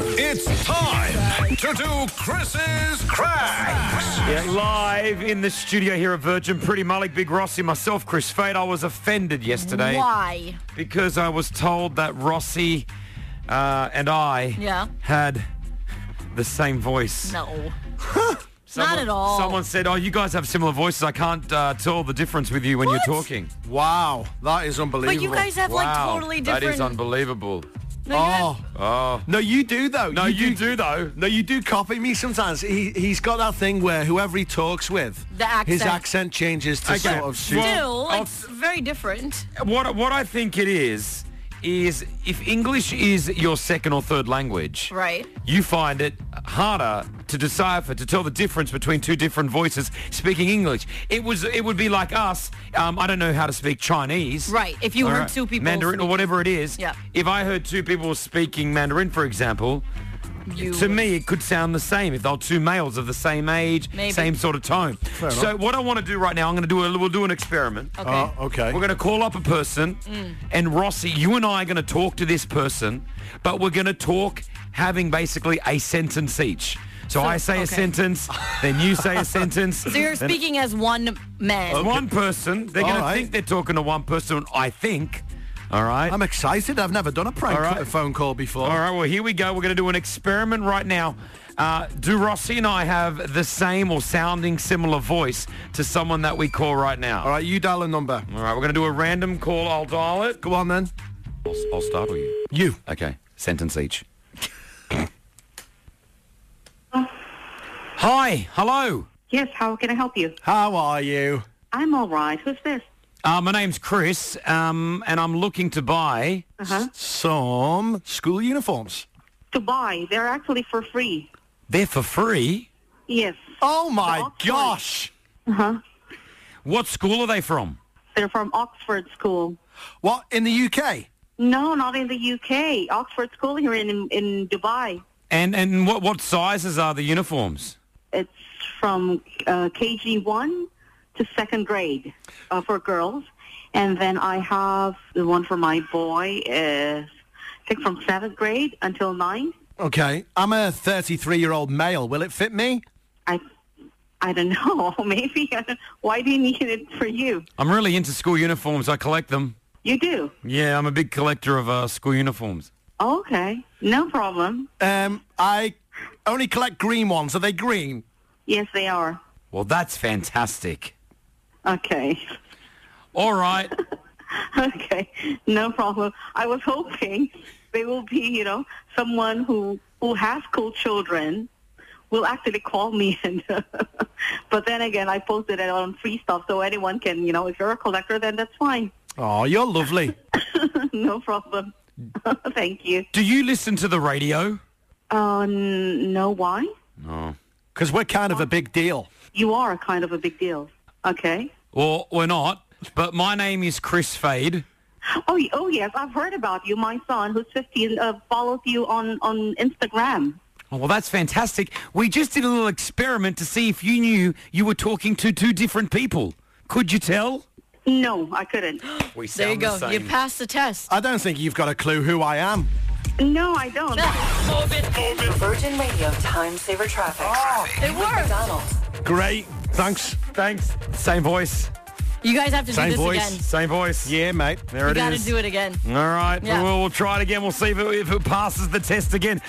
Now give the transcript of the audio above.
It's time to do Chris's cracks. Yeah, live in the studio here at Virgin, Pretty Malik, Big Rossi, myself, Chris Fade. I was offended yesterday Why? because I was told that Rossi uh, and I Yeah. had the same voice. No. Someone- at all. Someone said, "Oh, you guys have similar voices. I can't uh, tell the difference with you when What? you're talking." Wow, that is unbelievable. But you guys have like Wow, totally different. That is unbelievable. No, you have- Oh. No, you do though. No, you, do though. No, you do copy me sometimes. He, he's got that thing where whoever he talks with, The his accent. accent changes to Okay. sort of suit. Still, I'll- it's very different. What what I think it is is if English is your second or third language, Right. You find it harder to decipher to tell the difference between two different voices speaking English. It was it would be like us. Um, I don't know how to speak Chinese. Right, if you All heard two people Mandarin or speak- whatever it is. Yeah. If I heard two people speaking Mandarin, for example. You to me, it could sound the same if they're two males of the same age, Maybe. same sort of tone. so what I want to do right now, I'm going to do a we'll do an experiment. Okay. Oh, okay. We're going to call up a person, Mm. and Rossi, you and I are going to talk to this person, but we're going to talk having basically a sentence each. So, I say okay. a sentence, then you say a sentence. So you're speaking as one man. One person, they're going to Alright. think they're talking to one person, I think. All right. I'm excited. I've never done a prank All right. phone call before. All right, well, here we go. We're going to do an experiment right now. Uh, do Rossi and I have the same or sounding similar voice to someone that we call right now? All right, you dial a number. All right, we're going to do a random call. I'll dial it. Go on then. I'll, I'll startle you. You. Okay, sentence each. Hi, hello. Yes, how can I help you? How are you? I'm all right. Who's this? Uh, my name's Chris, um, and I'm looking to buy. Some school uniforms. To buy. They're actually for free. They're for free. Yes, Oh my Oxford. gosh! What school are they from? they're from Oxford School. What in the UK? No, not in the UK. Oxford School here in in Dubai. And and what what sizes are the uniforms? It's from uh, KG one to second grade uh, for girls, and then I have the one for my boy. Uh, I think from seventh grade until ninth. Okay, I'm a 33 year old male. Will it fit me? I I don't know. Maybe why do you need it for you? I'm really into school uniforms. I collect them. You do. Yeah, I'm a big collector of uh, school uniforms. Okay, no problem. Um, I only collect green ones. Are they green? Yes, they are. Well, that's fantastic. Okay. All right. Okay. No problem. I was hoping they will be, you know, someone who who has cool children will actually call me and but then again I posted it on free stuff so anyone can, you know, if you're a collector then that's fine. Oh, you're lovely. no problem. Thank you. Do you listen to the radio? Uh, n- no why? Because we're kind of a big deal. You are kind of a big deal. Okay. Well, we're not. But my name is Chris Fade. Oh, y- oh yes, I've heard about you. My son, who's 15, uh, follows you on on Instagram. Oh, well, that's fantastic. We just did a little experiment to see if you knew you were talking to two different people. Could you tell? No, I couldn't. We there you go. You passed the test. I don't think you've got a clue who I am. No, I don't. Virgin Radio Time Saver Traffic. It worked. McDonald's. Great. Thanks. Thanks. Same voice. You guys have to do Same this voice. again. Same voice. Yeah, mate. There You it is. got to do it again. All right. Yeah. Well, we'll try it again. We'll see if it, if it passes the test again.